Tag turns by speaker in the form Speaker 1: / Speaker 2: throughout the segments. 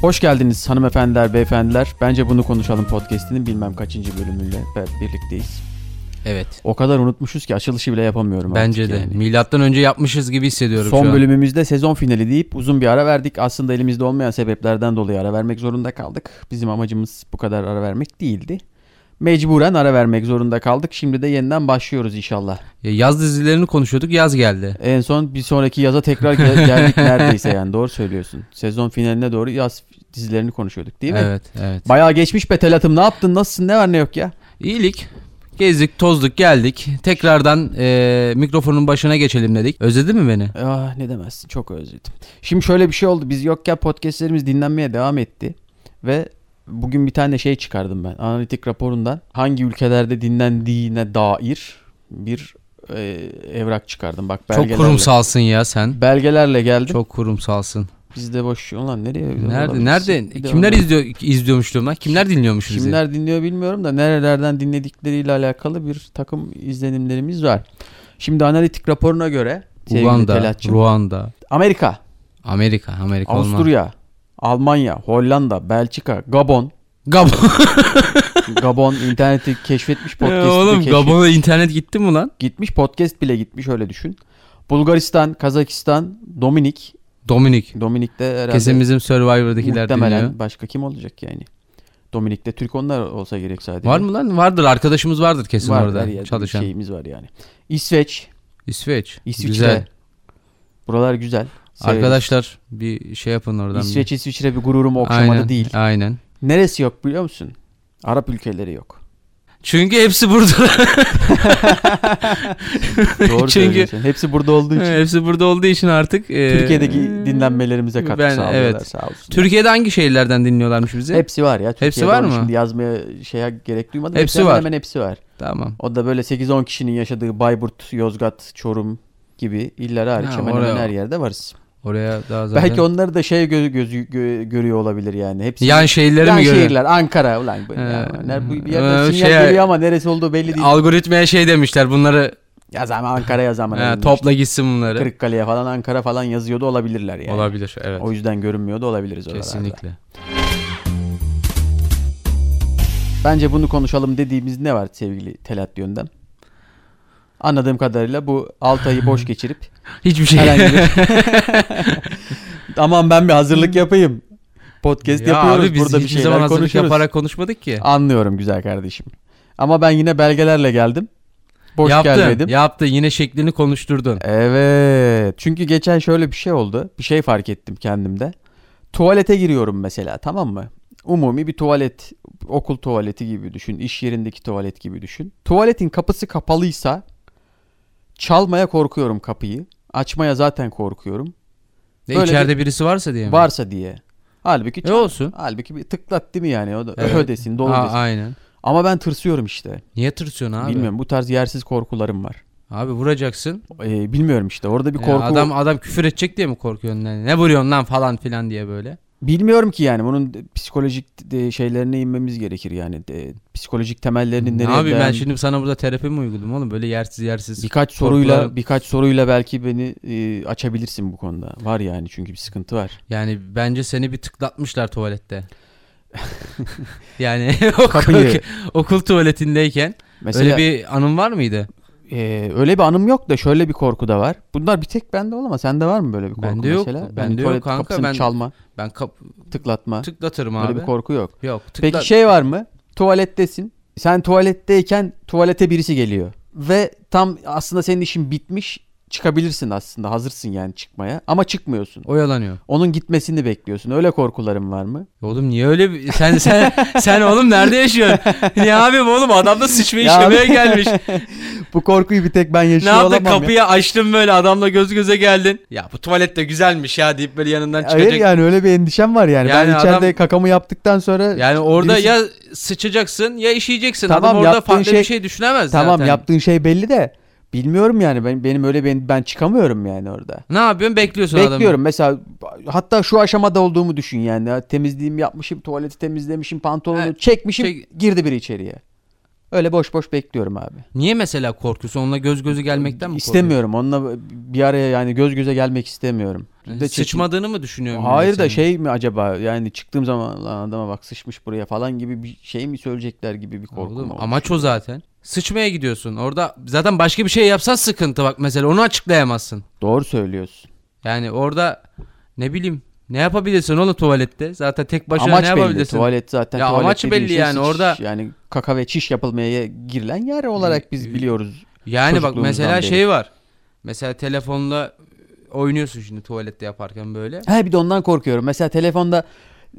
Speaker 1: Hoş geldiniz hanımefendiler, beyefendiler. Bence bunu konuşalım podcast'inin bilmem kaçıncı bölümüyle be- birlikteyiz.
Speaker 2: Evet.
Speaker 1: O kadar unutmuşuz ki açılışı bile yapamıyorum.
Speaker 2: Bence de.
Speaker 1: artık yani.
Speaker 2: Milattan önce yapmışız gibi hissediyorum şu
Speaker 1: Son
Speaker 2: an.
Speaker 1: bölümümüzde sezon finali deyip uzun bir ara verdik. Aslında elimizde olmayan sebeplerden dolayı ara vermek zorunda kaldık. Bizim amacımız bu kadar ara vermek değildi. Mecburen ara vermek zorunda kaldık. Şimdi de yeniden başlıyoruz inşallah.
Speaker 2: Ya Yaz dizilerini konuşuyorduk. Yaz geldi.
Speaker 1: En son bir sonraki yaza tekrar gel- geldik neredeyse yani doğru söylüyorsun. Sezon finaline doğru yaz dizilerini konuşuyorduk değil mi?
Speaker 2: Evet, evet.
Speaker 1: Bayağı geçmiş be Telat'ım ne yaptın nasılsın ne var ne yok ya?
Speaker 2: İyilik. Gezdik, tozduk, geldik. Tekrardan eee, mikrofonun başına geçelim dedik. Özledin mi beni?
Speaker 1: Ah ne demezsin çok özledim. Şimdi şöyle bir şey oldu. Biz yokken podcastlerimiz dinlenmeye devam etti. Ve bugün bir tane şey çıkardım ben. Analitik raporundan hangi ülkelerde dinlendiğine dair bir e, evrak çıkardım. Bak belgelerle.
Speaker 2: Çok kurumsalsın ya sen.
Speaker 1: Belgelerle geldim.
Speaker 2: Çok kurumsalsın.
Speaker 1: Biz de boş lan nereye?
Speaker 2: Nerede?
Speaker 1: Olabiliriz. Bir
Speaker 2: Nerede?
Speaker 1: de
Speaker 2: Kimler
Speaker 1: ondan-
Speaker 2: izliyor izliyormuş diyorum lan? Kimler dinliyormuş bizi?
Speaker 1: Kimler dinliyor bilmiyorum da nerelerden dinledikleriyle alakalı bir takım izlenimlerimiz var. Şimdi analitik raporuna göre sevgili
Speaker 2: Uganda,
Speaker 1: Telatçım,
Speaker 2: Ruanda,
Speaker 1: Amerika,
Speaker 2: Amerika, Amerika olmaz.
Speaker 1: Avusturya, Almanya, Hollanda, Belçika, Gabon.
Speaker 2: Gabon.
Speaker 1: Gabon interneti keşfetmiş podcast'i de
Speaker 2: Oğlum
Speaker 1: keşfet-
Speaker 2: Gabon'a internet gitti mi lan?
Speaker 1: gitmiş podcast bile gitmiş öyle düşün. Bulgaristan, Kazakistan, Dominik.
Speaker 2: Dominik.
Speaker 1: Dominik de herhalde
Speaker 2: Kesin bizim Survivor'dakiler
Speaker 1: muhtemelen
Speaker 2: dinliyor.
Speaker 1: başka kim olacak yani? Dominik'te Türk onlar olsa gerek sadece.
Speaker 2: Var mı lan? Vardır. Arkadaşımız vardır kesin
Speaker 1: Var, her yerde
Speaker 2: orada
Speaker 1: bir
Speaker 2: çalışan.
Speaker 1: şeyimiz var yani. İsveç,
Speaker 2: İsveç.
Speaker 1: İsviçre.
Speaker 2: Güzel.
Speaker 1: Buralar güzel. Severiz.
Speaker 2: Arkadaşlar bir şey yapın oradan. bir-
Speaker 1: İsveç, İsviçre bir gururum okşamadı
Speaker 2: aynen,
Speaker 1: değil.
Speaker 2: Aynen.
Speaker 1: Neresi yok biliyor musun? Arap ülkeleri yok.
Speaker 2: Çünkü hepsi burada.
Speaker 1: Doğru
Speaker 2: Çünkü-
Speaker 1: söylüyorsun. Hepsi burada olduğu için.
Speaker 2: hepsi burada olduğu için artık. e,
Speaker 1: Türkiye'deki dinlenmelerimize katkı
Speaker 2: ben-
Speaker 1: sağlıyorlar
Speaker 2: evet.
Speaker 1: sağ olsunlar.
Speaker 2: Türkiye'de hangi şehirlerden dinliyorlarmış bizi?
Speaker 1: Hepsi var ya. Türkiye'de
Speaker 2: var
Speaker 1: onu
Speaker 2: mı?
Speaker 1: Şimdi yazmaya şeye gerek duymadım.
Speaker 2: Hepsi
Speaker 1: Hemen
Speaker 2: var.
Speaker 1: Hemen hepsi var.
Speaker 2: Tamam.
Speaker 1: O da böyle 8-10 kişinin yaşadığı Bayburt, Yozgat, Çorum gibi illere hariç
Speaker 2: Ha,
Speaker 1: hemen
Speaker 2: oraya-
Speaker 1: hemen her yerde varız.
Speaker 2: Oraya daha zaten.
Speaker 1: Belki onları da şey gözü, gözü gö- görüyor olabilir yani. Hepsi
Speaker 2: Yan şehirleri
Speaker 1: Yan
Speaker 2: mi görüyor?
Speaker 1: şehirler Ankara ulan. bu-
Speaker 2: Ee,
Speaker 1: ya, ner- bu bir yerden
Speaker 2: e,
Speaker 1: sinyal
Speaker 2: şey-
Speaker 1: geliyor ama neresi olduğu belli değil.
Speaker 2: Algoritmaya şey demişler bunları
Speaker 1: Ya zaman Ankara yazamam.
Speaker 2: e, topla gitsin bunları.
Speaker 1: Kırıkkale'ye falan Ankara falan yazıyordu olabilirler yani.
Speaker 2: Olabilir evet.
Speaker 1: O yüzden görünmüyor da olabiliriz oralarda.
Speaker 2: Kesinlikle.
Speaker 1: Bence bunu konuşalım dediğimiz ne var sevgili Telat Yöndem? Anladığım kadarıyla bu 6 ayı boş geçirip
Speaker 2: Hiçbir şey.
Speaker 1: herhangi bir... Aman ben bir hazırlık yapayım. Podcast
Speaker 2: ya
Speaker 1: yapıyoruz
Speaker 2: abi biz
Speaker 1: burada bir
Speaker 2: hiçbir zaman
Speaker 1: şeyler
Speaker 2: hazırlık
Speaker 1: konuşuyoruz.
Speaker 2: yaparak konuşmadık ki.
Speaker 1: Anlıyorum güzel kardeşim. Ama ben yine belgelerle geldim. Boş
Speaker 2: yaptın,
Speaker 1: gelmedim.
Speaker 2: yaptın. Yine şeklini konuşturdun.
Speaker 1: Evet. Çünkü geçen şöyle bir şey oldu. Bir şey fark ettim kendimde. Tuvalete giriyorum mesela tamam mı? Umumi bir tuvalet, okul tuvaleti gibi düşün, iş yerindeki tuvalet gibi düşün. Tuvaletin kapısı kapalıysa çalmaya korkuyorum kapıyı. Açmaya zaten korkuyorum.
Speaker 2: Ne,
Speaker 1: Böyle
Speaker 2: içeride birisi varsa diye mi?
Speaker 1: Varsa diye. Halbuki
Speaker 2: E
Speaker 1: çal-
Speaker 2: olsun.
Speaker 1: halbuki bir tıklat değil mi yani? O da
Speaker 2: Evet.
Speaker 1: ödesin, dolu
Speaker 2: Aa,
Speaker 1: desin.
Speaker 2: aynen.
Speaker 1: Ama ben tırsıyorum işte.
Speaker 2: Niye tırsıyorsun abi?
Speaker 1: Bilmiyorum bu tarz yersiz korkularım var.
Speaker 2: Abi vuracaksın.
Speaker 1: Ee, bilmiyorum işte. Orada bir
Speaker 2: Ya
Speaker 1: korku
Speaker 2: adam adam küfür edecek diye mi korkuyorsun? Yani ne vuruyorsun lan falan filan diye böyle.
Speaker 1: Bilmiyorum ki yani bunun de- psikolojik de- şeylerine inmemiz gerekir yani de- psikolojik temellerinin nereye
Speaker 2: ne yapayım ben
Speaker 1: dayan-
Speaker 2: şimdi sana burada terapi mi uyguladım oğlum? Böyle yersiz yersiz.
Speaker 1: birkaç soruyla
Speaker 2: korkularım-
Speaker 1: birkaç soruyla belki beni e, açabilirsin bu konuda. Var yani çünkü bir sıkıntı var.
Speaker 2: Yani bence seni bir tıklatmışlar tuvalette. yani okul,
Speaker 1: Kapıyı.
Speaker 2: okul tuvaletindeyken
Speaker 1: Mesela
Speaker 2: öyle bir anın var mıydı?
Speaker 1: e, öyle bir anım yok da şöyle bir korku da var. Bunlar bir tek bende olamaz. Sende var mı böyle bir korku
Speaker 2: Bende yok.
Speaker 1: mesela? Yani
Speaker 2: Bende yok
Speaker 1: tuvalet
Speaker 2: kanka,
Speaker 1: kapısını
Speaker 2: ben-
Speaker 1: çalma,
Speaker 2: Ben kap-
Speaker 1: tıklatma.
Speaker 2: tıklatırım
Speaker 1: böyle
Speaker 2: abi.
Speaker 1: bir korku yok.
Speaker 2: Yok. Tıkla-
Speaker 1: Peki şey var mı? Tuvalettesin. Sen tuvaletteyken tuvalete birisi geliyor. Ve tam aslında senin işin bitmiş. Çıkabilirsin aslında. Hazırsın yani çıkmaya. Ama çıkmıyorsun.
Speaker 2: Oyalanıyor.
Speaker 1: Onun gitmesini bekliyorsun. Öyle korkuların var mı?
Speaker 2: Oğlum niye öyle bir- sen sen sen oğlum nerede yaşıyorsun? Niye abim oğlum adam da sıçma
Speaker 1: Ya abi.
Speaker 2: işlemeye gelmiş.
Speaker 1: Bu korkuyu bir tek ben
Speaker 2: Ne
Speaker 1: yaşıyor
Speaker 2: yaptın
Speaker 1: olamam ya.
Speaker 2: kapıyı açtın böyle adamla göz göze geldin. Ya bu tuvalet de güzelmiş ya deyip böyle yanından çıkacak.
Speaker 1: Hayır yani öyle bir endişem var yani. ben
Speaker 2: Yani
Speaker 1: içeride
Speaker 2: adam-
Speaker 1: kakamı yaptıktan sonra
Speaker 2: Yani orada
Speaker 1: Birisi-
Speaker 2: ya sıçacaksın ya işeyeceksin.
Speaker 1: Tamam,
Speaker 2: Adam orada
Speaker 1: yaptığın
Speaker 2: farklı
Speaker 1: şey-
Speaker 2: bir şey düşünemez
Speaker 1: tamam
Speaker 2: zaten.
Speaker 1: yaptığın şey belli de bilmiyorum yani ben benim öyle ben, ben çıkamıyorum yani orada.
Speaker 2: Ne yapıyorsun bekliyorsun adamı.
Speaker 1: Bekliyorum mesela hatta şu aşamada olduğumu düşün yani. Ha, Temizliğimi yapmışım, tuvaleti temizlemişim, pantolonu
Speaker 2: Ha,
Speaker 1: çekmişim,
Speaker 2: çek-
Speaker 1: girdi biri içeriye. Öyle boş boş bekliyorum abi.
Speaker 2: Niye mesela korkuyorsun? Onunla göz gözü gelmekten mi korkuyorsun?
Speaker 1: istemiyorum. Onunla bir araya yani göz göze gelmek istemiyorum. Dün de çekim-
Speaker 2: Sıçmadığını mı düşünüyorum?
Speaker 1: Hayır da
Speaker 2: senin?
Speaker 1: şey mi acaba yani çıktığım zaman "Lan adama bak sıçmış buraya falan gibi bir şey mi söyleyecekler gibi bir korkum
Speaker 2: Oğlum,
Speaker 1: oldu.
Speaker 2: amaç o zaten. Sıçmaya gidiyorsun. Orada zaten başka bir şey yapsan sıkıntı bak mesela onu açıklayamazsın.
Speaker 1: Doğru söylüyorsun.
Speaker 2: Yani orada ne bileyim ne yapabilirsin oğlum tuvalette? Zaten tek başına
Speaker 1: amaç
Speaker 2: ne
Speaker 1: belli.
Speaker 2: yapabilirsin?
Speaker 1: Tuvalet zaten
Speaker 2: Ya
Speaker 1: tuvalet
Speaker 2: amaç
Speaker 1: dediğin
Speaker 2: belli
Speaker 1: şey
Speaker 2: yani,
Speaker 1: sıçış.
Speaker 2: orada-
Speaker 1: Yani kaka ve çiş yapılmaya girilen yer olarak biz biliyoruz.
Speaker 2: Yani bak mesela
Speaker 1: Çocukluğumuzdan
Speaker 2: şey var. Mesela telefonla oynuyorsun şimdi tuvalette yaparken böyle.
Speaker 1: Ha bir de ondan korkuyorum. Mesela telefonda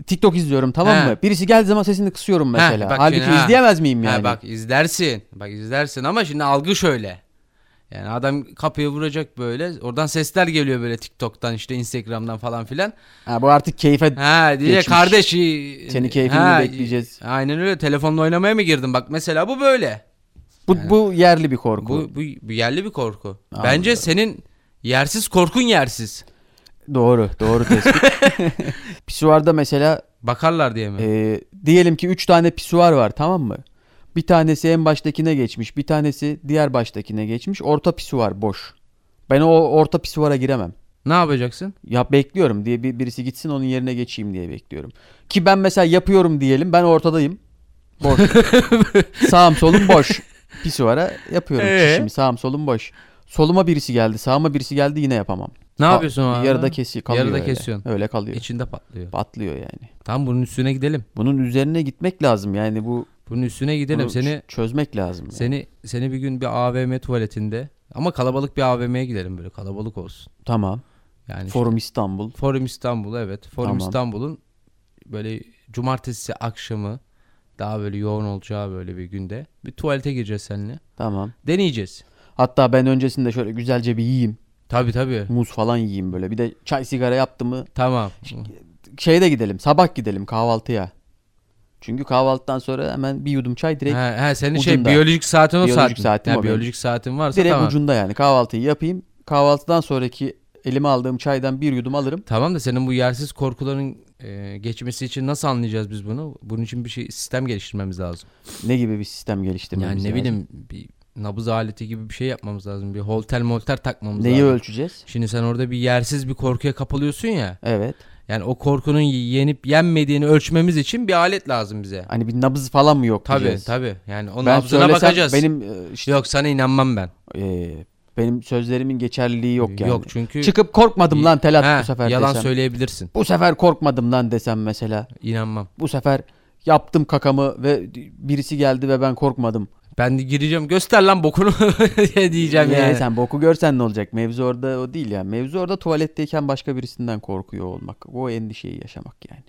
Speaker 1: TikTok izliyorum tamam
Speaker 2: He.
Speaker 1: mı? Birisi geldiği zaman sesini kısıyorum mesela.
Speaker 2: bak
Speaker 1: Halbuki
Speaker 2: şimdi, ha.
Speaker 1: izleyemez miyim yani?
Speaker 2: Ha bak izlersin. Bak izlersin ama şimdi algı şöyle. Yani adam kapıya vuracak böyle. Oradan sesler geliyor böyle TikTok'tan işte Instagram'dan falan filan.
Speaker 1: Ha, bu artık keyfe
Speaker 2: Ha diyecek
Speaker 1: Geçmiş.
Speaker 2: kardeş.
Speaker 1: Senin keyfini mi bekleyeceğiz?
Speaker 2: Aynen öyle. Telefonla oynamaya mı girdin? Bak mesela bu böyle.
Speaker 1: bu, bu yerli bir korku.
Speaker 2: Bu, bu, bu yerli bir korku.
Speaker 1: Anladım.
Speaker 2: Bence senin yersiz korkun yersiz.
Speaker 1: Doğru, doğru tespit. Pisuarda mesela
Speaker 2: Bakarlar diye mi?
Speaker 1: e, diyelim ki 3 tane pisuar var tamam mı? Bir tanesi en baştakine geçmiş, bir tanesi diğer baştakine geçmiş. Orta pisuar boş. Ben o orta pisuara giremem.
Speaker 2: ne yapacaksın?
Speaker 1: Ya bekliyorum diye bir, birisi gitsin onun yerine geçeyim diye bekliyorum. Ki ben mesela yapıyorum diyelim ben ortadayım. Boş. Sağım solum boş. Pisuvara yapıyorum
Speaker 2: Ee?
Speaker 1: çişimi sağım solum boş. Soluma birisi geldi sağıma birisi geldi yine yapamam.
Speaker 2: Ne
Speaker 1: Ka-
Speaker 2: yapıyorsun o anda?
Speaker 1: Yarıda kesiyor kalıyor
Speaker 2: Yarıda
Speaker 1: öyle.
Speaker 2: kesiyorsun.
Speaker 1: Öyle kalıyor.
Speaker 2: İçinde patlıyor.
Speaker 1: Patlıyor yani.
Speaker 2: Tam bunun üstüne gidelim.
Speaker 1: Bunun üzerine gitmek lazım yani bu
Speaker 2: Bunun üstüne gidelim.
Speaker 1: bunu
Speaker 2: seni
Speaker 1: ç- çözmek lazım. yani.
Speaker 2: seni seni bir gün bir AVM tuvaletinde ama kalabalık bir AVM'ye gidelim böyle kalabalık olsun.
Speaker 1: Tamam.
Speaker 2: Yani
Speaker 1: Forum İstanbul.
Speaker 2: Forum İstanbul evet. Forum
Speaker 1: Tamam.
Speaker 2: İstanbul'un böyle cumartesi akşamı daha böyle yoğun olacağı böyle bir günde bir tuvalete gireceğiz seninle.
Speaker 1: Tamam.
Speaker 2: Deneyeceğiz.
Speaker 1: Hatta ben öncesinde şöyle güzelce bir yiyeyim.
Speaker 2: Tabii tabii.
Speaker 1: Muz falan yiyeyim böyle. Bir de çay sigara yaptım mı
Speaker 2: Tamam.
Speaker 1: şeyde gidelim sabah gidelim kahvaltıya. Çünkü kahvaltıdan sonra hemen bir yudum çay direkt
Speaker 2: Ha, ha, senin şey
Speaker 1: ucunda.
Speaker 2: biyolojik saatin o
Speaker 1: Biyolojik
Speaker 2: saat. mi?
Speaker 1: saatim
Speaker 2: Ha,
Speaker 1: o benim.
Speaker 2: biyolojik saatin varsa
Speaker 1: direkt
Speaker 2: tamam.
Speaker 1: ucunda yani kahvaltıyı yapayım. Kahvaltıdan sonraki elime aldığım çaydan bir yudum alırım.
Speaker 2: Tamam da senin bu yersiz korkuların e, geçmesi için nasıl anlayacağız biz bunu? Bunun için bir şey sistem geliştirmemiz lazım.
Speaker 1: Ne gibi bir sistem geliştirmemiz
Speaker 2: yani ne
Speaker 1: lazım?
Speaker 2: bileyim bir nabız aleti gibi bir şey yapmamız lazım. Bir holter molter takmamız
Speaker 1: Neyi
Speaker 2: lazım.
Speaker 1: ölçeceğiz?
Speaker 2: Şimdi sen orada bir yersiz bir korkuya kapılıyorsun ya.
Speaker 1: Evet.
Speaker 2: Yani o korkunun yenip yenmediğini ölçmemiz için bir alet lazım bize.
Speaker 1: Hani bir nabız falan mı yok
Speaker 2: Tabii
Speaker 1: diyeceğiz.
Speaker 2: tabii. Yani onun
Speaker 1: Ben
Speaker 2: nabzına
Speaker 1: söylesem
Speaker 2: bakacağız.
Speaker 1: benim e, işte
Speaker 2: Yok sana inanmam ben.
Speaker 1: e, benim sözlerimin geçerliliği yok yani.
Speaker 2: Yok çünkü
Speaker 1: Çıkıp korkmadım lan Telat
Speaker 2: Ha,
Speaker 1: bu sefer
Speaker 2: yalan
Speaker 1: desem.
Speaker 2: söyleyebilirsin.
Speaker 1: bu sefer korkmadım lan desem mesela.
Speaker 2: İnanmam.
Speaker 1: Bu sefer yaptım kakamı ve birisi geldi ve ben korkmadım.
Speaker 2: Ben de gireceğim göster lan bokunu diye diyeceğim
Speaker 1: Ee,
Speaker 2: yani.
Speaker 1: Sen boku görsen ne olacak? Mevzu orada o değil yani. Mevzu orada tuvaletteyken başka birisinden korkuyor olmak. O endişeyi yaşamak yani.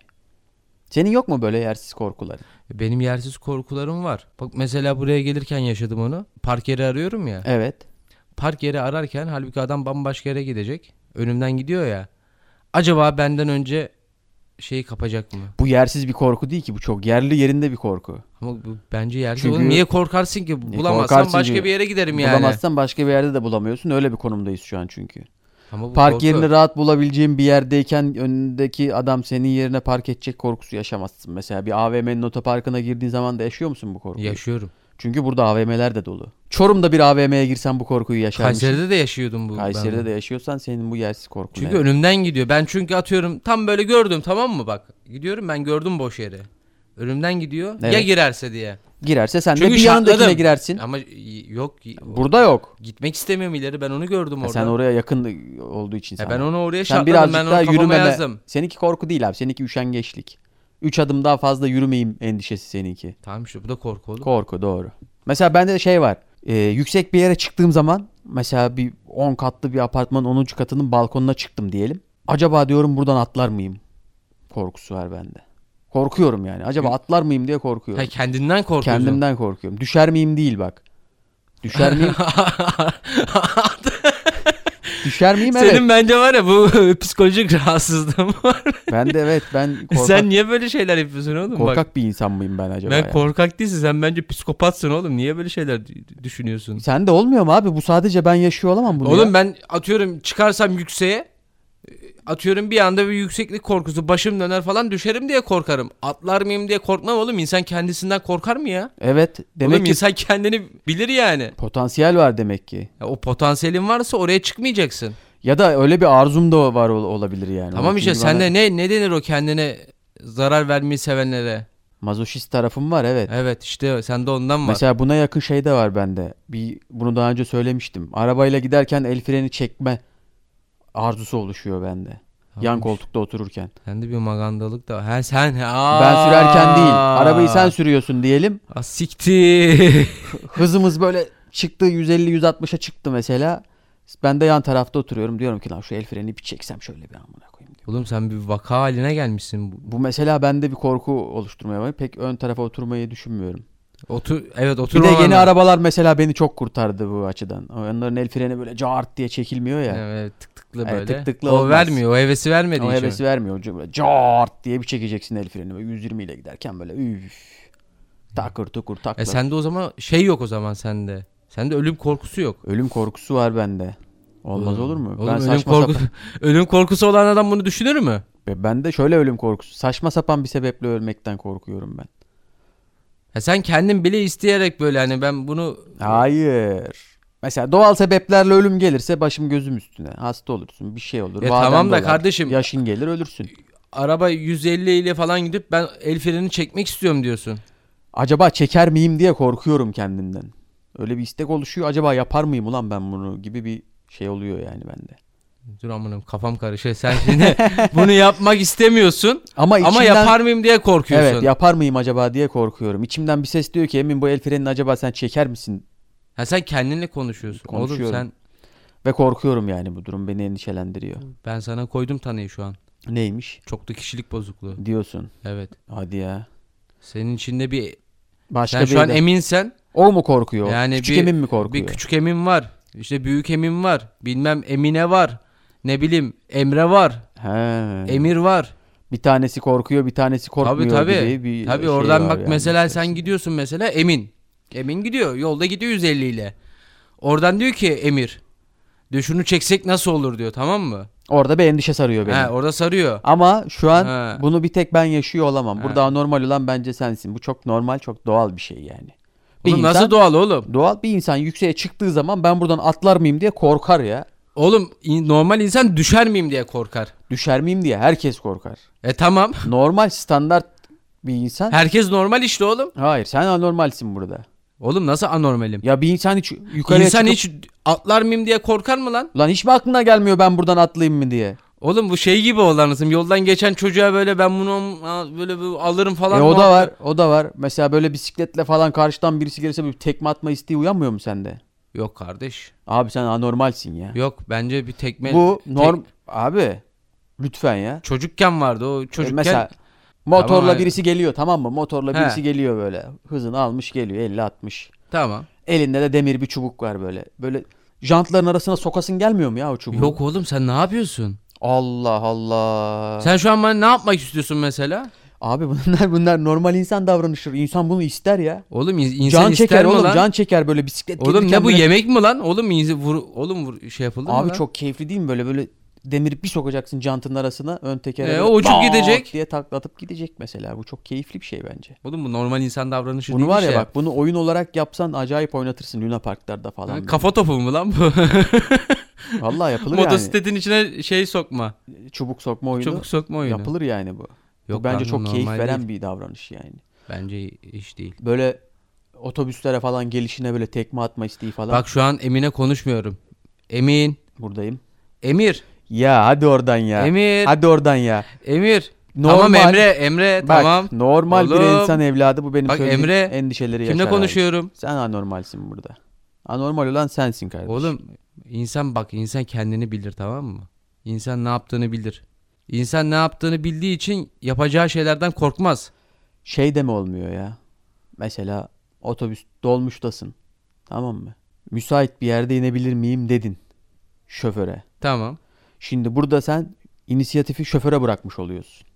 Speaker 1: Senin yok mu böyle yersiz korkuların?
Speaker 2: Benim yersiz korkularım var. Bak mesela buraya gelirken yaşadım onu. Park yeri arıyorum ya.
Speaker 1: Evet.
Speaker 2: Park yeri ararken halbuki adam bambaşka yere gidecek. Önümden gidiyor ya. Acaba benden önce şeyi kapacak mı?
Speaker 1: Bu yersiz bir korku değil ki bu çok yerli yerinde bir korku.
Speaker 2: Ama bu bence yersiz.
Speaker 1: Çünkü-
Speaker 2: Oğlum niye korkarsın ki?
Speaker 1: Niye
Speaker 2: Bulamazsan
Speaker 1: korkarsın
Speaker 2: başka
Speaker 1: ki?
Speaker 2: bir yere giderim yani.
Speaker 1: Bulamazsan başka bir yerde de bulamıyorsun. Öyle bir konumdayız şu an çünkü.
Speaker 2: Ama bu
Speaker 1: Park
Speaker 2: korku.
Speaker 1: yerini rahat bulabileceğin bir yerdeyken önündeki adam senin yerine park edecek korkusu yaşamazsın. Mesela bir AVM'nin otoparkına girdiğin zaman da yaşıyor musun bu korkuyu?
Speaker 2: yaşıyorum.
Speaker 1: Çünkü burada AVM'ler de dolu. Çorum'da bir AVM'ye girsen bu korkuyu yaşar mısın?
Speaker 2: Kayseri'de de yaşıyordum bu.
Speaker 1: Kayseri'de
Speaker 2: ben.
Speaker 1: de yaşıyorsan senin bu yersiz korkun.
Speaker 2: Çünkü
Speaker 1: evet.
Speaker 2: önümden gidiyor. Ben çünkü atıyorum tam böyle gördüm tamam mı bak. Gidiyorum ben gördüm boş yeri. Önümden gidiyor. Ya
Speaker 1: Evet.
Speaker 2: girerse diye.
Speaker 1: girerse sen
Speaker 2: Çünkü
Speaker 1: de bir yanındakine
Speaker 2: şartladım.
Speaker 1: girersin.
Speaker 2: Ama y- yok. y-
Speaker 1: Burada yok.
Speaker 2: Gitmek istemiyorum ileri. Ben onu gördüm
Speaker 1: Ha,
Speaker 2: orada.
Speaker 1: sen oraya yakın olduğu için
Speaker 2: Ya
Speaker 1: sana.
Speaker 2: ben onu
Speaker 1: sen
Speaker 2: oraya şartladım.
Speaker 1: birazcık
Speaker 2: Ben
Speaker 1: daha
Speaker 2: onu kafama
Speaker 1: yürümeme.
Speaker 2: yazdım.
Speaker 1: Seninki korku değil abi. Seninki üşengeçlik. Üç adım daha fazla yürümeyeyim endişesi seninki.
Speaker 2: Tamam işte bu da korku oğlum.
Speaker 1: Korku doğru. Mesela bende de şey var. Ee, yüksek bir yere çıktığım zaman mesela bir 10 katlı bir apartmanın 10. katının balkonuna çıktım diyelim. Acaba diyorum buradan atlar mıyım? Korkusu var bende. Korkuyorum yani. Acaba atlar mıyım diye korkuyorum.
Speaker 2: ha, kendinden korkuyorsun.
Speaker 1: Kendimden korkuyorum. Düşer miyim değil bak. Düşer miyim? Düşer miyim? Evet.
Speaker 2: Senin bence var ya bu psikolojik rahatsızlığın var.
Speaker 1: Ben de evet ben korkak,
Speaker 2: Sen niye böyle şeyler yapıyorsun oğlum? Bak,
Speaker 1: korkak bir insan mıyım ben acaba?
Speaker 2: ben
Speaker 1: ya?
Speaker 2: korkak değilsin. Sen bence psikopatsın oğlum. Niye böyle şeyler d- düşünüyorsun?
Speaker 1: Sen de olmuyor mu abi? Bu sadece ben yaşıyor olamam bunu.
Speaker 2: Oğlum
Speaker 1: ya.
Speaker 2: ben atıyorum çıkarsam yükseğe e, atıyorum bir anda bir yükseklik korkusu başım döner falan düşerim diye korkarım. Atlar mıyım diye korkmam oğlum. İnsan kendisinden korkar mı ya?
Speaker 1: Evet. Demek
Speaker 2: oğlum
Speaker 1: ki
Speaker 2: insan kendini bilir yani.
Speaker 1: potansiyel var demek ki.
Speaker 2: Ya o potansiyelin varsa oraya çıkmayacaksın.
Speaker 1: Ya da öyle bir arzum da var ol- olabilir yani.
Speaker 2: Tamam işte
Speaker 1: Şimdi bana
Speaker 2: sende ne ne denir o kendine zarar vermeyi sevenlere?
Speaker 1: Mazoşist tarafım var evet.
Speaker 2: Evet işte sende ondan var.
Speaker 1: Mesela buna yakın şey de var bende. Bir bunu daha önce söylemiştim. Arabayla giderken el freni çekme arzusu oluşuyor bende. Yan
Speaker 2: Tamam.
Speaker 1: koltukta otururken.
Speaker 2: Sende bir magandalık da var. Ha sen ha.
Speaker 1: Ben sürerken değil. Arabayı sen sürüyorsun diyelim.
Speaker 2: Ha, siktir.
Speaker 1: Hızımız böyle çıktı 150-160'a çıktı mesela. Ben de yan tarafta oturuyorum. Diyorum ki lan şu el freni bir çeksem şöyle bir amına koyayım. diyorum.
Speaker 2: Oğlum sen bir vaka haline gelmişsin. Bu-
Speaker 1: Bu mesela bende bir korku oluşturmaya var. Pek ön tarafa oturmayı düşünmüyorum.
Speaker 2: Otur evet
Speaker 1: Bir
Speaker 2: otur.
Speaker 1: de yeni arabalar mesela beni çok kurtardı bu açıdan. Onların el freni böyle cart diye çekilmiyor ya.
Speaker 2: Evet tık tıklı
Speaker 1: Evet,
Speaker 2: böyle.
Speaker 1: tık tıklı
Speaker 2: o
Speaker 1: olmaz.
Speaker 2: vermiyor. O hevesi vermedi
Speaker 1: Ama
Speaker 2: hiç.
Speaker 1: hevesi vermiyor. Çünkü böyle Cart diye bir çekeceksin el freni. Böyle 120 ile giderken böyle üf. Takır tukur takla.
Speaker 2: E sende o zaman şey yok o zaman sende. Sende ölüm korkusu yok.
Speaker 1: Ölüm korkusu var bende. Olmaz
Speaker 2: Oğlum,
Speaker 1: olur mu?
Speaker 2: Oğlum,
Speaker 1: ben
Speaker 2: ölüm,
Speaker 1: saçma
Speaker 2: korku...
Speaker 1: sapan,
Speaker 2: ölüm korkusu olan adam bunu düşünür mü?
Speaker 1: Be- ben de şöyle ölüm korkusu. Saçma sapan bir sebeple ölmekten korkuyorum ben.
Speaker 2: Ya sen kendin bile isteyerek böyle hani ben bunu
Speaker 1: Hayır. Mesela doğal sebeplerle ölüm gelirse başım gözüm üstüne. Hasta olursun, bir şey olur.
Speaker 2: Ya
Speaker 1: badem
Speaker 2: E tamam da
Speaker 1: dolar,
Speaker 2: kardeşim.
Speaker 1: Yaşın gelir ölürsün.
Speaker 2: araba 150 ile falan gidip ben el frenini çekmek istiyorum diyorsun.
Speaker 1: Acaba çeker miyim diye korkuyorum kendimden. Öyle bir istek oluşuyor. Acaba yapar mıyım ulan ben bunu gibi bir şey oluyor yani bende.
Speaker 2: Dur amanım kafam karışıyor. Sen şimdi bunu yapmak istemiyorsun
Speaker 1: Ama,
Speaker 2: ama
Speaker 1: içimden-
Speaker 2: yapar mıyım diye korkuyorsun.
Speaker 1: Evet yapar mıyım acaba diye korkuyorum. İçimden bir ses diyor ki Emin bu el frenini acaba sen çeker misin?
Speaker 2: Ha sen kendinle konuşuyorsun. Oğlum
Speaker 1: Konuşuyorum.
Speaker 2: sen
Speaker 1: Ve korkuyorum yani bu durum beni endişelendiriyor.
Speaker 2: ben sana koydum tanıyı şu an.
Speaker 1: Neymiş
Speaker 2: Çoklu kişilik bozukluğu.
Speaker 1: diyorsun.
Speaker 2: Evet.
Speaker 1: Hadi ya.
Speaker 2: Senin içinde bir
Speaker 1: Başka
Speaker 2: sen
Speaker 1: bir
Speaker 2: şu an
Speaker 1: de-
Speaker 2: eminsen
Speaker 1: O mu korkuyor?
Speaker 2: Yani
Speaker 1: küçük
Speaker 2: bir-
Speaker 1: Emin mi korkuyor?
Speaker 2: bir küçük emin var. İşte büyük emin var. Bilmem Emine var. Ne bileyim Emre var.
Speaker 1: He.
Speaker 2: Emir var.
Speaker 1: Bir tanesi korkuyor bir tanesi korkmuyor
Speaker 2: Tabii tabii.
Speaker 1: gibi bir
Speaker 2: tabii
Speaker 1: şey
Speaker 2: oradan
Speaker 1: var
Speaker 2: bak
Speaker 1: yani
Speaker 2: mesela
Speaker 1: içerisinde.
Speaker 2: sen gidiyorsun mesela Emin. Emin gidiyor. Yolda gidiyor 150 ile. Oradan diyor ki Emir. Diyor şunu çeksek nasıl olur diyor tamam mı?
Speaker 1: Orada bir endişe sarıyor beni.
Speaker 2: He, orada sarıyor.
Speaker 1: Ama şu an
Speaker 2: He.
Speaker 1: bunu bir tek ben yaşıyor olamam.
Speaker 2: He.
Speaker 1: Burada normal olan bence sensin. Bu çok normal, çok doğal bir şey yani. Bir
Speaker 2: Oğlum
Speaker 1: insan-
Speaker 2: nasıl doğal oğlum?
Speaker 1: Doğal bir insan yükseğe çıktığı zaman ben buradan atlar mıyım diye korkar ya.
Speaker 2: Oğlum in- normal insan düşer miyim diye korkar.
Speaker 1: Düşer miyim diye herkes korkar.
Speaker 2: E tamam.
Speaker 1: Normal standart bir insan.
Speaker 2: Herkes normal işte oğlum.
Speaker 1: Hayır sen anormalsin burada.
Speaker 2: Oğlum nasıl anormalim?
Speaker 1: Ya bir insan hiç yukarıya
Speaker 2: İnsan
Speaker 1: çıkıp,
Speaker 2: hiç atlar mıyım diye korkar mı lan?
Speaker 1: Lan hiç mi aklına gelmiyor ben buradan atlayayım mı diye.
Speaker 2: Oğlum bu şey gibi olan lazım. Yoldan geçen çocuğa böyle ben bunu aa, böyle bu- alırım falan.
Speaker 1: e o da
Speaker 2: muhabbet-
Speaker 1: var o da var. Mesela böyle bisikletle falan karşıdan birisi gelirse bir tekme atma isteği uyanmıyor mu sende?
Speaker 2: Yok kardeş.
Speaker 1: Abi sen anormalsin ya.
Speaker 2: Yok bence bir tekme.
Speaker 1: Bu
Speaker 2: tek-
Speaker 1: norm... Abi lütfen ya.
Speaker 2: çocukken vardı o çocukken.
Speaker 1: E mesela motorla
Speaker 2: Tamam, hayır.
Speaker 1: birisi geliyor tamam mı? Motorla
Speaker 2: He.
Speaker 1: birisi geliyor böyle. Hızını almış geliyor 50 60.
Speaker 2: Tamam.
Speaker 1: Elinde de demir bir çubuk var böyle. Böyle jantların arasına sokasın gelmiyor mu ya o çubuğu?
Speaker 2: Yok oğlum sen ne yapıyorsun?
Speaker 1: Allah Allah.
Speaker 2: Sen şu an bana ne yapmak istiyorsun mesela?
Speaker 1: Abi bunlar bunlar normal insan davranışır. İnsan bunu ister ya.
Speaker 2: Oğlum in- insan
Speaker 1: can
Speaker 2: ister
Speaker 1: çeker
Speaker 2: mi
Speaker 1: oğlum,
Speaker 2: lan?
Speaker 1: can çeker böyle bisiklet
Speaker 2: Oğlum
Speaker 1: gelirken
Speaker 2: ne bu
Speaker 1: böyle-
Speaker 2: yemek mi lan? Oğlum inzi- vur oğlum vur şey yapıldı mı
Speaker 1: Abi
Speaker 2: lan?
Speaker 1: çok keyifli değil mi böyle böyle demiri bir sokacaksın jantın arasına ön tekere.
Speaker 2: E,
Speaker 1: böyle
Speaker 2: o uçup
Speaker 1: bang
Speaker 2: gidecek.
Speaker 1: diye taklatıp gidecek mesela. Bu çok keyifli bir şey bence.
Speaker 2: Oğlum bu normal insan davranışı
Speaker 1: Bunu
Speaker 2: değil şey.
Speaker 1: var ya
Speaker 2: işte.
Speaker 1: bak bunu oyun olarak yapsan acayip oynatırsın Luna Parklarda
Speaker 2: Ha,
Speaker 1: falan.
Speaker 2: Kafa topu mu lan bu?
Speaker 1: Vallahi yapılır yani.
Speaker 2: Motosikletin içine şey sokma.
Speaker 1: Çubuk sokma oyunu.
Speaker 2: Çabuk sokma oyunu.
Speaker 1: Yapılır yani bu. bu bence
Speaker 2: kanka,
Speaker 1: çok keyif
Speaker 2: normal
Speaker 1: veren
Speaker 2: değil.
Speaker 1: bir davranış yani.
Speaker 2: Bence iş değil.
Speaker 1: Böyle otobüslere falan gelişine böyle tekme atma isteği falan
Speaker 2: Bak şu an Emin'e konuşmuyorum. Emin.
Speaker 1: buradayım.
Speaker 2: Emir.
Speaker 1: Ya hadi oradan ya.
Speaker 2: Emir.
Speaker 1: Hadi oradan ya.
Speaker 2: Emir.
Speaker 1: Normal.
Speaker 2: Tamam Emre. Emre
Speaker 1: Bak,
Speaker 2: tamam.
Speaker 1: normal bir
Speaker 2: Oğlum.
Speaker 1: insan evladı bu benim
Speaker 2: Bak
Speaker 1: söylediğim
Speaker 2: Emre,
Speaker 1: endişeleri yaşar.
Speaker 2: Kimle
Speaker 1: abi.
Speaker 2: konuşuyorum?
Speaker 1: Sen anormalsin burada. Anormal olan sensin kardeşim.
Speaker 2: Oğlum insan bak insan kendini bilir tamam mı? İnsan ne yaptığını bilir. İnsan ne yaptığını bildiği için yapacağı şeylerden korkmaz.
Speaker 1: şey de mi olmuyor ya? Mesela otobüs dolmuştasın. Tamam mı? Müsait bir yerde inebilir miyim dedin şoföre.
Speaker 2: Tamam.
Speaker 1: Şimdi burada sen inisiyatifi şoföre bırakmış oluyorsun.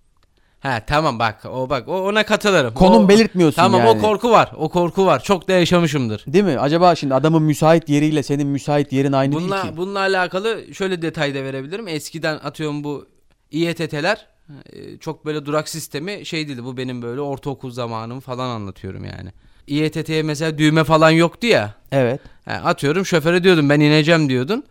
Speaker 2: Ha tamam bak o bak o ona katılırım.
Speaker 1: Konum
Speaker 2: O-
Speaker 1: belirtmiyorsun
Speaker 2: Tamam
Speaker 1: yani.
Speaker 2: o korku var. O korku var. Çok da yaşamışımdır.
Speaker 1: Değil mi? Acaba şimdi adamın müsait yeriyle senin müsait yerin aynı değil
Speaker 2: Bununla,
Speaker 1: ki.
Speaker 2: bununla alakalı şöyle detay da verebilirim. Eskiden atıyorum bu İETT'ler e, çok böyle durak sistemi şey değildi. Bu benim böyle ortaokul zamanım falan anlatıyorum yani. İETT'ye mesela düğme falan yoktu ya.
Speaker 1: Evet.
Speaker 2: Ha, atıyorum şoföre diyordum ben ineceğim diyordun.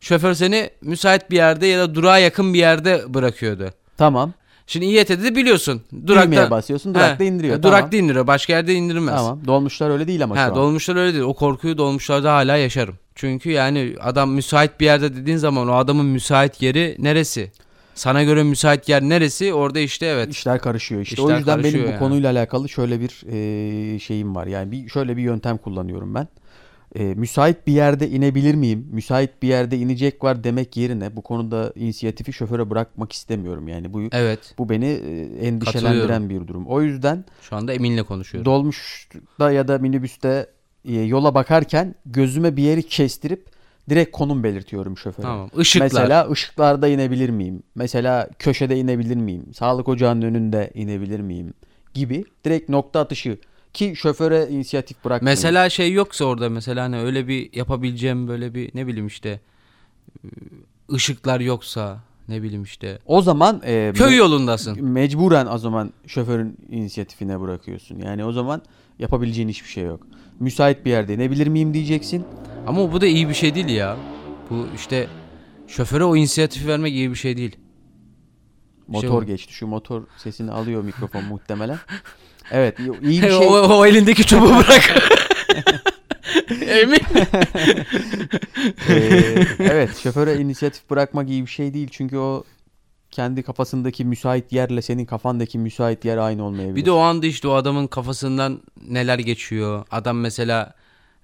Speaker 2: Şoför seni müsait bir yerde ya da durağa yakın bir yerde bırakıyordu.
Speaker 1: Tamam.
Speaker 2: Şimdi İETT'de de biliyorsun.
Speaker 1: Düğmeye
Speaker 2: Durakta
Speaker 1: basıyorsun
Speaker 2: He,
Speaker 1: durakta indiriyor.
Speaker 2: e,
Speaker 1: Tamam.
Speaker 2: Durakta indiriyor. Başka yerde indirmez.
Speaker 1: Tamam. Dolmuşlar öyle değil ama şu
Speaker 2: Ha,
Speaker 1: an.
Speaker 2: dolmuşlar öyle değil. O korkuyu dolmuşlarda hala yaşarım. Çünkü yani adam müsait bir yerde dediğin zaman o adamın müsait yeri neresi? Sana göre müsait yer neresi? Orada işte evet.
Speaker 1: İşler karışıyor işte. o
Speaker 2: İşler
Speaker 1: yüzden benim
Speaker 2: karışıyor
Speaker 1: bu
Speaker 2: yani.
Speaker 1: konuyla alakalı şöyle bir e, şeyim var. Yani bir, şöyle bir yöntem kullanıyorum ben. E, müsait bir yerde inebilir miyim? Müsait bir yerde inecek var demek yerine bu konuda inisiyatifi şoföre bırakmak istemiyorum. Yani bu
Speaker 2: Evet.
Speaker 1: bu beni e, endişelendiren bir durum. O yüzden
Speaker 2: Şu anda Emin'le konuşuyorum.
Speaker 1: dolmuşta ya da minibüste e, yola bakarken gözüme bir yeri kestirip direkt konum belirtiyorum şoföre.
Speaker 2: tamam. Işıklar.
Speaker 1: Mesela ışıklarda inebilir miyim? Mesela köşede inebilir miyim? Sağlık ocağının önünde inebilir miyim? Gibi direkt nokta atışı ki şoföre inisiyatif bırakmayın.
Speaker 2: Mesela şey yoksa orada mesela hani öyle bir yapabileceğim böyle bir ne bileyim işte ıı, ışıklar yoksa ne bileyim işte
Speaker 1: o zaman e,
Speaker 2: köy
Speaker 1: me-
Speaker 2: yolundasın.
Speaker 1: mecburen o zaman şoförün inisiyatifine bırakıyorsun. Yani o zaman yapabileceğin hiçbir şey yok. Müsait bir yerde inebilir miyim diyeceksin.
Speaker 2: Ama bu da iyi bir şey değil ya. Bu işte şoföre o inisiyatifi vermek iyi bir şey değil.
Speaker 1: Motor
Speaker 2: Şey-
Speaker 1: geçti. Şu motor sesini alıyor mikrofon muhtemelen. Evet iyi- iyi bir
Speaker 2: o,
Speaker 1: şey.
Speaker 2: o elindeki çubuğu bırak. Emin.
Speaker 1: Ee, evet şoföre inisiyatif bırakmak iyi bir şey değil çünkü o kendi kafasındaki müsait yerle senin kafandaki müsait yer aynı olmayabilir.
Speaker 2: Bir de o anda işte o adamın kafasından neler geçiyor. Adam mesela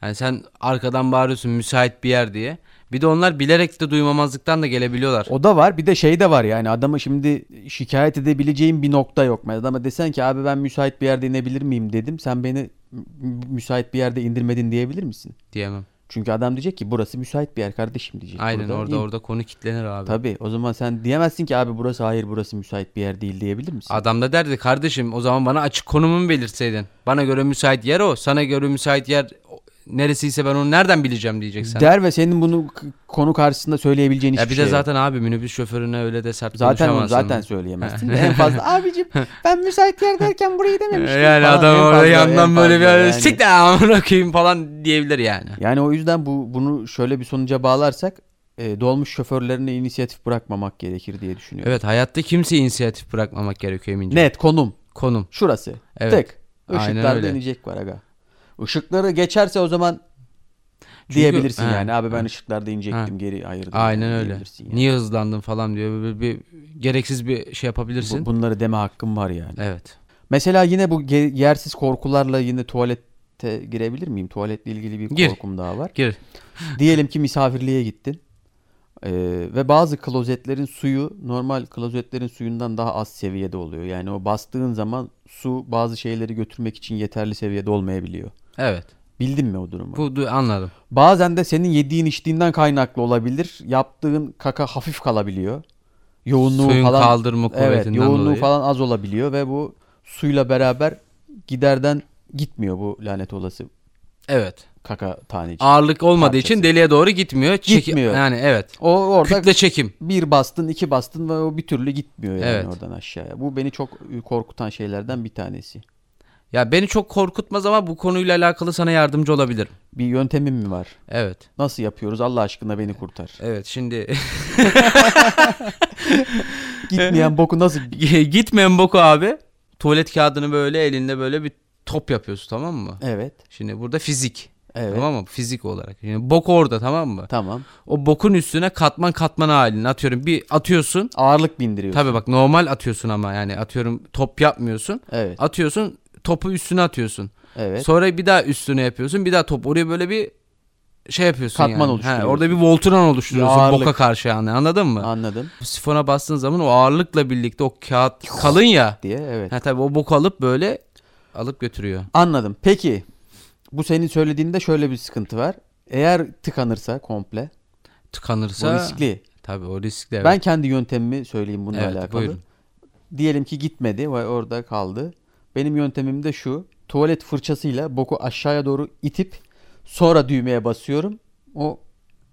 Speaker 2: yani sen arkadan bağırıyorsun müsait bir yer diye. Bir de onlar bilerek de duymamazlıktan da gelebiliyorlar.
Speaker 1: O da var bir de şey de var yani adama şimdi şikayet edebileceğin bir nokta yok. Yani Adama desen ki abi ben müsait bir yerde inebilir miyim dedim sen beni mü- müsait bir yerde indirmedin diyebilir misin?
Speaker 2: Diyemem.
Speaker 1: Çünkü adam diyecek ki burası müsait bir yer kardeşim diyecek.
Speaker 2: Aynen
Speaker 1: Burada
Speaker 2: orada
Speaker 1: in.
Speaker 2: orada konu kitlenir abi.
Speaker 1: Tabii o zaman sen diyemezsin ki abi burası hayır burası müsait bir yer değil diyebilir misin?
Speaker 2: Adam da derdi kardeşim o zaman bana açık konumumu belirtseydin. Bana göre müsait yer o. Sana göre müsait yer o- neresiyse ben onu nereden bileceğim diyeceksin.
Speaker 1: Der ve senin bunu k- konu karşısında söyleyebileceğin hiçbir
Speaker 2: ya bir
Speaker 1: şey
Speaker 2: de
Speaker 1: yok.
Speaker 2: zaten abi minibüs şoförüne öyle de sert
Speaker 1: Zaten onu
Speaker 2: konuşamazsın.
Speaker 1: zaten söyleyemezsin. de en fazla abicim ben müsait yer derken burayı dememiştim.
Speaker 2: Ee, Yani
Speaker 1: falan.
Speaker 2: adam
Speaker 1: En
Speaker 2: orada
Speaker 1: fazla-
Speaker 2: yandan
Speaker 1: en
Speaker 2: böyle bir
Speaker 1: fazla
Speaker 2: yani. sik de amına koyayım" falan diyebilir yani.
Speaker 1: Yani o yüzden bu bunu şöyle bir sonuca bağlarsak e, dolmuş şoförlerine inisiyatif bırakmamak gerekir diye düşünüyorum.
Speaker 2: Evet hayatta kimseye inisiyatif bırakmamak gerekiyor Emin'ciğim.
Speaker 1: Net konum
Speaker 2: Konum.
Speaker 1: şurası.
Speaker 2: Evet.
Speaker 1: Tek.
Speaker 2: Aynen
Speaker 1: Işıklarda
Speaker 2: öyle.
Speaker 1: inecek var aga. Işıkları geçerse o zaman
Speaker 2: Çünkü-
Speaker 1: diyebilirsin
Speaker 2: He,
Speaker 1: yani abi ben ışıklarda inecektim geri ayırdım.
Speaker 2: Aynen
Speaker 1: yani
Speaker 2: öyle.
Speaker 1: diyebilirsin yani.
Speaker 2: Niye hızlandın falan diyor. Böyle bir, gereksiz bir şey yapabilirsin.
Speaker 1: Bu- bunları deme hakkım var yani.
Speaker 2: Evet.
Speaker 1: Mesela yine bu ge- yersiz korkularla yine tuvalete girebilir miyim? Tuvaletle ilgili bir
Speaker 2: Gir.
Speaker 1: korkum daha var.
Speaker 2: Gir.
Speaker 1: Diyelim ki misafirliğe gittin. Ee, ve bazı klozetlerin suyu normal klozetlerin suyundan daha az seviyede oluyor. Yani o bastığın zaman su bazı şeyleri götürmek için yeterli seviyede olmayabiliyor.
Speaker 2: Evet.
Speaker 1: Bildin mi o durumu?
Speaker 2: Bu du- anladım.
Speaker 1: Bazen de senin yediğin içtiğinden kaynaklı olabilir. Yaptığın kaka hafif kalabiliyor. Yoğunluğu
Speaker 2: Suyun
Speaker 1: falan
Speaker 2: kaldırma
Speaker 1: evet,
Speaker 2: kuvvetinden
Speaker 1: yoğunluğu
Speaker 2: dolayı.
Speaker 1: falan az olabiliyor ve bu suyla beraber giderden gitmiyor bu lanet olası
Speaker 2: Evet.
Speaker 1: kaka taneci.
Speaker 2: Ağırlık olmadığı için
Speaker 1: Parçası.
Speaker 2: deliye doğru gitmiyor. Çeki-
Speaker 1: Gitmiyor.
Speaker 2: Yani evet.
Speaker 1: o orada
Speaker 2: Kütle çekim.
Speaker 1: bir bastın iki bastın ve o bir türlü gitmiyor yani
Speaker 2: Evet.
Speaker 1: oradan aşağıya. Bu beni çok e, korkutan şeylerden bir tanesi.
Speaker 2: Ya beni çok korkutmaz ama bu konuyla alakalı sana yardımcı olabilirim.
Speaker 1: Bir yöntemim mi var?
Speaker 2: Evet.
Speaker 1: Nasıl yapıyoruz? Allah aşkına beni kurtar.
Speaker 2: Evet şimdi
Speaker 1: Gitmeyen boku nasıl
Speaker 2: gitmeyen boku abi. Tuvalet kağıdını böyle elinde böyle bir top yapıyorsun tamam mı?
Speaker 1: Evet.
Speaker 2: Şimdi burada fizik.
Speaker 1: Evet. Tamam.
Speaker 2: Tamam mı? Fizik olarak. Şimdi bok orada tamam mı? O bokun üstüne katman katman halini atıyorum. Bir atıyorsun.
Speaker 1: Ağırlık bindiriyorsun.
Speaker 2: Tabii bak normal atıyorsun ama yani atıyorum top yapmıyorsun.
Speaker 1: Evet.
Speaker 2: Atıyorsun topu üstüne atıyorsun.
Speaker 1: Evet.
Speaker 2: Sonra bir daha üstüne yapıyorsun. Bir daha top oraya böyle bir şey yapıyorsun
Speaker 1: Katman
Speaker 2: yani.
Speaker 1: oluşturuyorsun.
Speaker 2: orada bir voltran oluşturuyorsun
Speaker 1: Bir ağırlık.
Speaker 2: boka karşı yani anladın mı?
Speaker 1: Anladım.
Speaker 2: Sifona bastığın zaman o ağırlıkla birlikte o kağıt kalın ya.
Speaker 1: Diye evet.
Speaker 2: Ha tabii o boku alıp böyle alıp götürüyor.
Speaker 1: Anladım. Peki bu senin söylediğinde şöyle bir sıkıntı var. Eğer tıkanırsa komple bu
Speaker 2: Tıkanırsa
Speaker 1: riskli.
Speaker 2: tabii o riskli. evet.
Speaker 1: Ben kendi yöntemimi söyleyeyim bununla
Speaker 2: Evet,
Speaker 1: alakalı.
Speaker 2: buyurun.
Speaker 1: Diyelim ki gitmedi ve orada kaldı. Benim yöntemim de şu. Tuvalet fırçasıyla boku aşağıya doğru itip sonra düğmeye basıyorum. O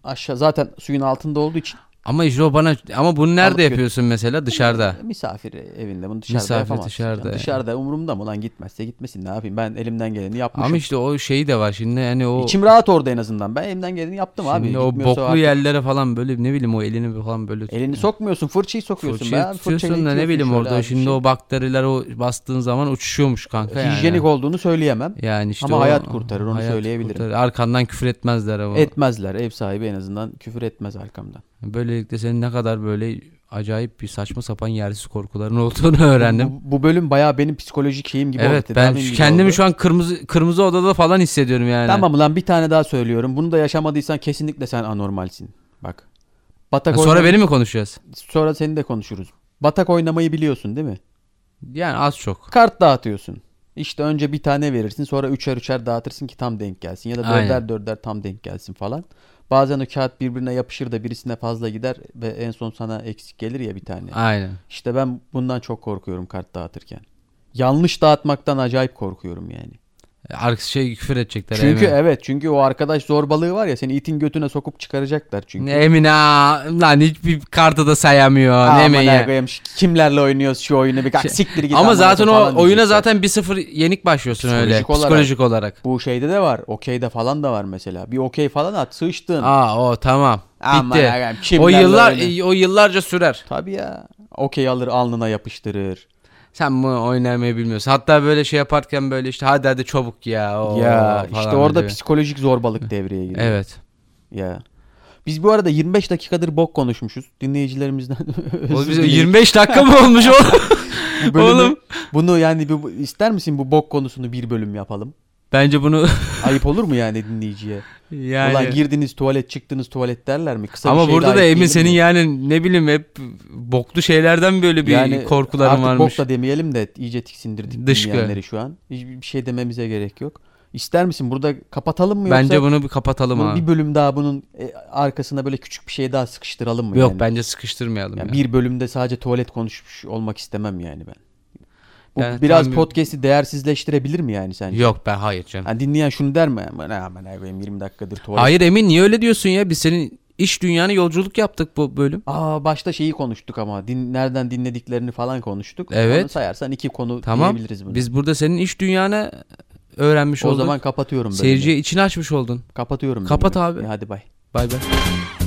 Speaker 1: aşağı zaten suyun altında olduğu için
Speaker 2: Ama işte o bana ama bunu nerede
Speaker 1: Alıp götür.
Speaker 2: yapıyorsun mesela dışarıda?
Speaker 1: Misafir evinde bunu dışarıda
Speaker 2: Misafir
Speaker 1: yapamazsın.
Speaker 2: dışarıda
Speaker 1: Yani
Speaker 2: yani.
Speaker 1: Dışarıda umurumda mı lan gitmezse gitmesin ne yapayım ben elimden geleni yapmışım.
Speaker 2: Ama işte o şeyi de var şimdi hani o
Speaker 1: İçim rahat orada en azından ben elimden geleni yaptım abi.
Speaker 2: şimdi o
Speaker 1: Gitmiyorsa
Speaker 2: boklu
Speaker 1: artık-
Speaker 2: yerlere falan böyle ne bileyim o elini falan böyle tut-
Speaker 1: Elini sokmuyorsun fırçayı sokuyorsun.
Speaker 2: Fırçayı
Speaker 1: be abi,
Speaker 2: tutuyorsun
Speaker 1: fırçayla
Speaker 2: da ne
Speaker 1: itiyorsun
Speaker 2: bileyim
Speaker 1: şöyle
Speaker 2: orada
Speaker 1: abi,
Speaker 2: şimdi
Speaker 1: şey.
Speaker 2: o bakteriler o bastığın zaman uçuşuyormuş kanka yani.
Speaker 1: hijyenik olduğunu söyleyemem.
Speaker 2: Yani işte
Speaker 1: Ama
Speaker 2: o-
Speaker 1: hayat kurtarır, onu
Speaker 2: hayat
Speaker 1: söyleyebilirim.
Speaker 2: kurtarır. Arkandan küfür etmezler ama.
Speaker 1: Etmezler ev sahibi en azından küfür etmez arkamdan.
Speaker 2: Böylelikle senin ne kadar böyle acayip bir saçma sapan yersiz korkuların olduğunu öğrendim.
Speaker 1: Bu, bu bölüm bayağı benim psikolojik şeyim gibi
Speaker 2: evet
Speaker 1: oldu.
Speaker 2: ben
Speaker 1: tedavim gibi
Speaker 2: kendimi
Speaker 1: oldu.
Speaker 2: şu an kırmızı kırmızı odada falan hissediyorum yani.
Speaker 1: Tamam lan bir tane daha söylüyorum. Bunu da yaşamadıysan kesinlikle sen anormalsin. Bak. Batak
Speaker 2: Ha, E, Sonra
Speaker 1: oynamayı-
Speaker 2: beni mi konuşacağız?
Speaker 1: sonra seni de konuşuruz. Batak oynamayı biliyorsun değil mi?
Speaker 2: Yani az çok.
Speaker 1: Kart dağıtıyorsun. İşte önce bir tane verirsin sonra üçer üçer dağıtırsın ki tam denk gelsin. Ya da dörder
Speaker 2: Aynen.
Speaker 1: dörder tam denk gelsin falan. Bazen o kağıt birbirine yapışır da birisine fazla gider ve en son sana eksik gelir ya bir tane.
Speaker 2: Aynen.
Speaker 1: İşte ben bundan çok korkuyorum kart dağıtırken. Yanlış dağıtmaktan acayip korkuyorum yani.
Speaker 2: Arkası şey küfür edecekler.
Speaker 1: Çünkü
Speaker 2: Emine.
Speaker 1: evet çünkü o arkadaş zorbalığı var ya seni itin götüne sokup çıkaracaklar çünkü.
Speaker 2: Emine aa, lan hiçbir kartı da sayamıyor.
Speaker 1: Aman
Speaker 2: Ne Emine?
Speaker 1: ergoyim, ş- kimlerle oynuyoruz şu oyunu bir
Speaker 2: Şey-
Speaker 1: siktir git.
Speaker 2: Ama
Speaker 1: amına
Speaker 2: zaten o
Speaker 1: falan
Speaker 2: oyuna
Speaker 1: diyecekler.
Speaker 2: zaten 1-0 yenik başlıyorsun öyle
Speaker 1: Psikolojik olarak.
Speaker 2: psikolojik olarak.
Speaker 1: Bu şeyde de var. Okey'de falan da var mesela. Bir okey falan at. Sıçtın.
Speaker 2: Aa o tamam.
Speaker 1: Aman
Speaker 2: Bitti.
Speaker 1: ergoyim, kimlerle
Speaker 2: O yıllar
Speaker 1: oynuyorsun?
Speaker 2: o yıllarca sürer.
Speaker 1: Tabii ya. Okey alır alnına yapıştırır.
Speaker 2: Sen bunu oynamayı bilmiyorsun. Hatta böyle şey yaparken böyle işte hadi hadi çabuk ya. oo
Speaker 1: ya
Speaker 2: falan
Speaker 1: işte orada
Speaker 2: böyle.
Speaker 1: psikolojik zorbalık devreye giriyor.
Speaker 2: Evet.
Speaker 1: Ya. Biz bu arada 25 dakikadır bok konuşmuşuz. Dinleyicilerimizden
Speaker 2: O
Speaker 1: özür
Speaker 2: bize
Speaker 1: dileyim.
Speaker 2: 25 dakika mı olmuş o?
Speaker 1: Bu bölümü-
Speaker 2: Oğlum.
Speaker 1: Bunu yani bir, bu- ister misin bu bok konusunu bir bölüm yapalım?
Speaker 2: Bence bunu
Speaker 1: Ayıp olur mu yani dinleyiciye?
Speaker 2: yani.
Speaker 1: Ulan girdiniz tuvalet çıktınız tuvalet derler mi? Kısa bir
Speaker 2: Ama
Speaker 1: şey de
Speaker 2: burada da
Speaker 1: ayıp
Speaker 2: Emin
Speaker 1: değil
Speaker 2: senin
Speaker 1: mi?
Speaker 2: yani ne bileyim hep boklu şeylerden böyle bir
Speaker 1: Yani
Speaker 2: korkuların
Speaker 1: artık
Speaker 2: varmış.
Speaker 1: bok da demeyelim de iyice tiksindirdik
Speaker 2: Dışkı.
Speaker 1: dinleyenleri şu an. Hiçbir şey dememize gerek yok. İster misin burada kapatalım mı yoksa
Speaker 2: Bence bunu bir kapatalım
Speaker 1: bunu
Speaker 2: abi.
Speaker 1: bir bölüm daha bunun e, arkasına böyle küçük bir şey daha sıkıştıralım mı?
Speaker 2: Yok
Speaker 1: yani?
Speaker 2: bence sıkıştırmayalım.
Speaker 1: Yani
Speaker 2: ya.
Speaker 1: bir bölümde sadece tuvalet konuşmuş olmak istemem yani ben. Bu
Speaker 2: Yani
Speaker 1: biraz
Speaker 2: tam bir-
Speaker 1: podcast'i değersizleştirebilir mi yani sence?
Speaker 2: Yok ben hayır canım.
Speaker 1: Yani dinleyen şunu der mi? Aman aman ay benim 20 dakikadır tuvalet.
Speaker 2: Hayır Emin niye öyle diyorsun ya? Biz senin iş dünyanı yolculuk yaptık bu bölüm.
Speaker 1: Aa başta şeyi konuştuk ama din, nereden dinlediklerini falan konuştuk.
Speaker 2: Evet.
Speaker 1: Onu sayarsan iki konu
Speaker 2: Tamam.
Speaker 1: diyebiliriz bunu.
Speaker 2: Biz burada senin iş dünyanı öğrenmiş
Speaker 1: o
Speaker 2: olduk.
Speaker 1: zaman kapatıyorum bölümü.
Speaker 2: Seyirciye içini açmış oldun.
Speaker 1: Kapatıyorum.
Speaker 2: Kapat
Speaker 1: bölümü.
Speaker 2: abi.
Speaker 1: Hadi bay.
Speaker 2: Bay bay.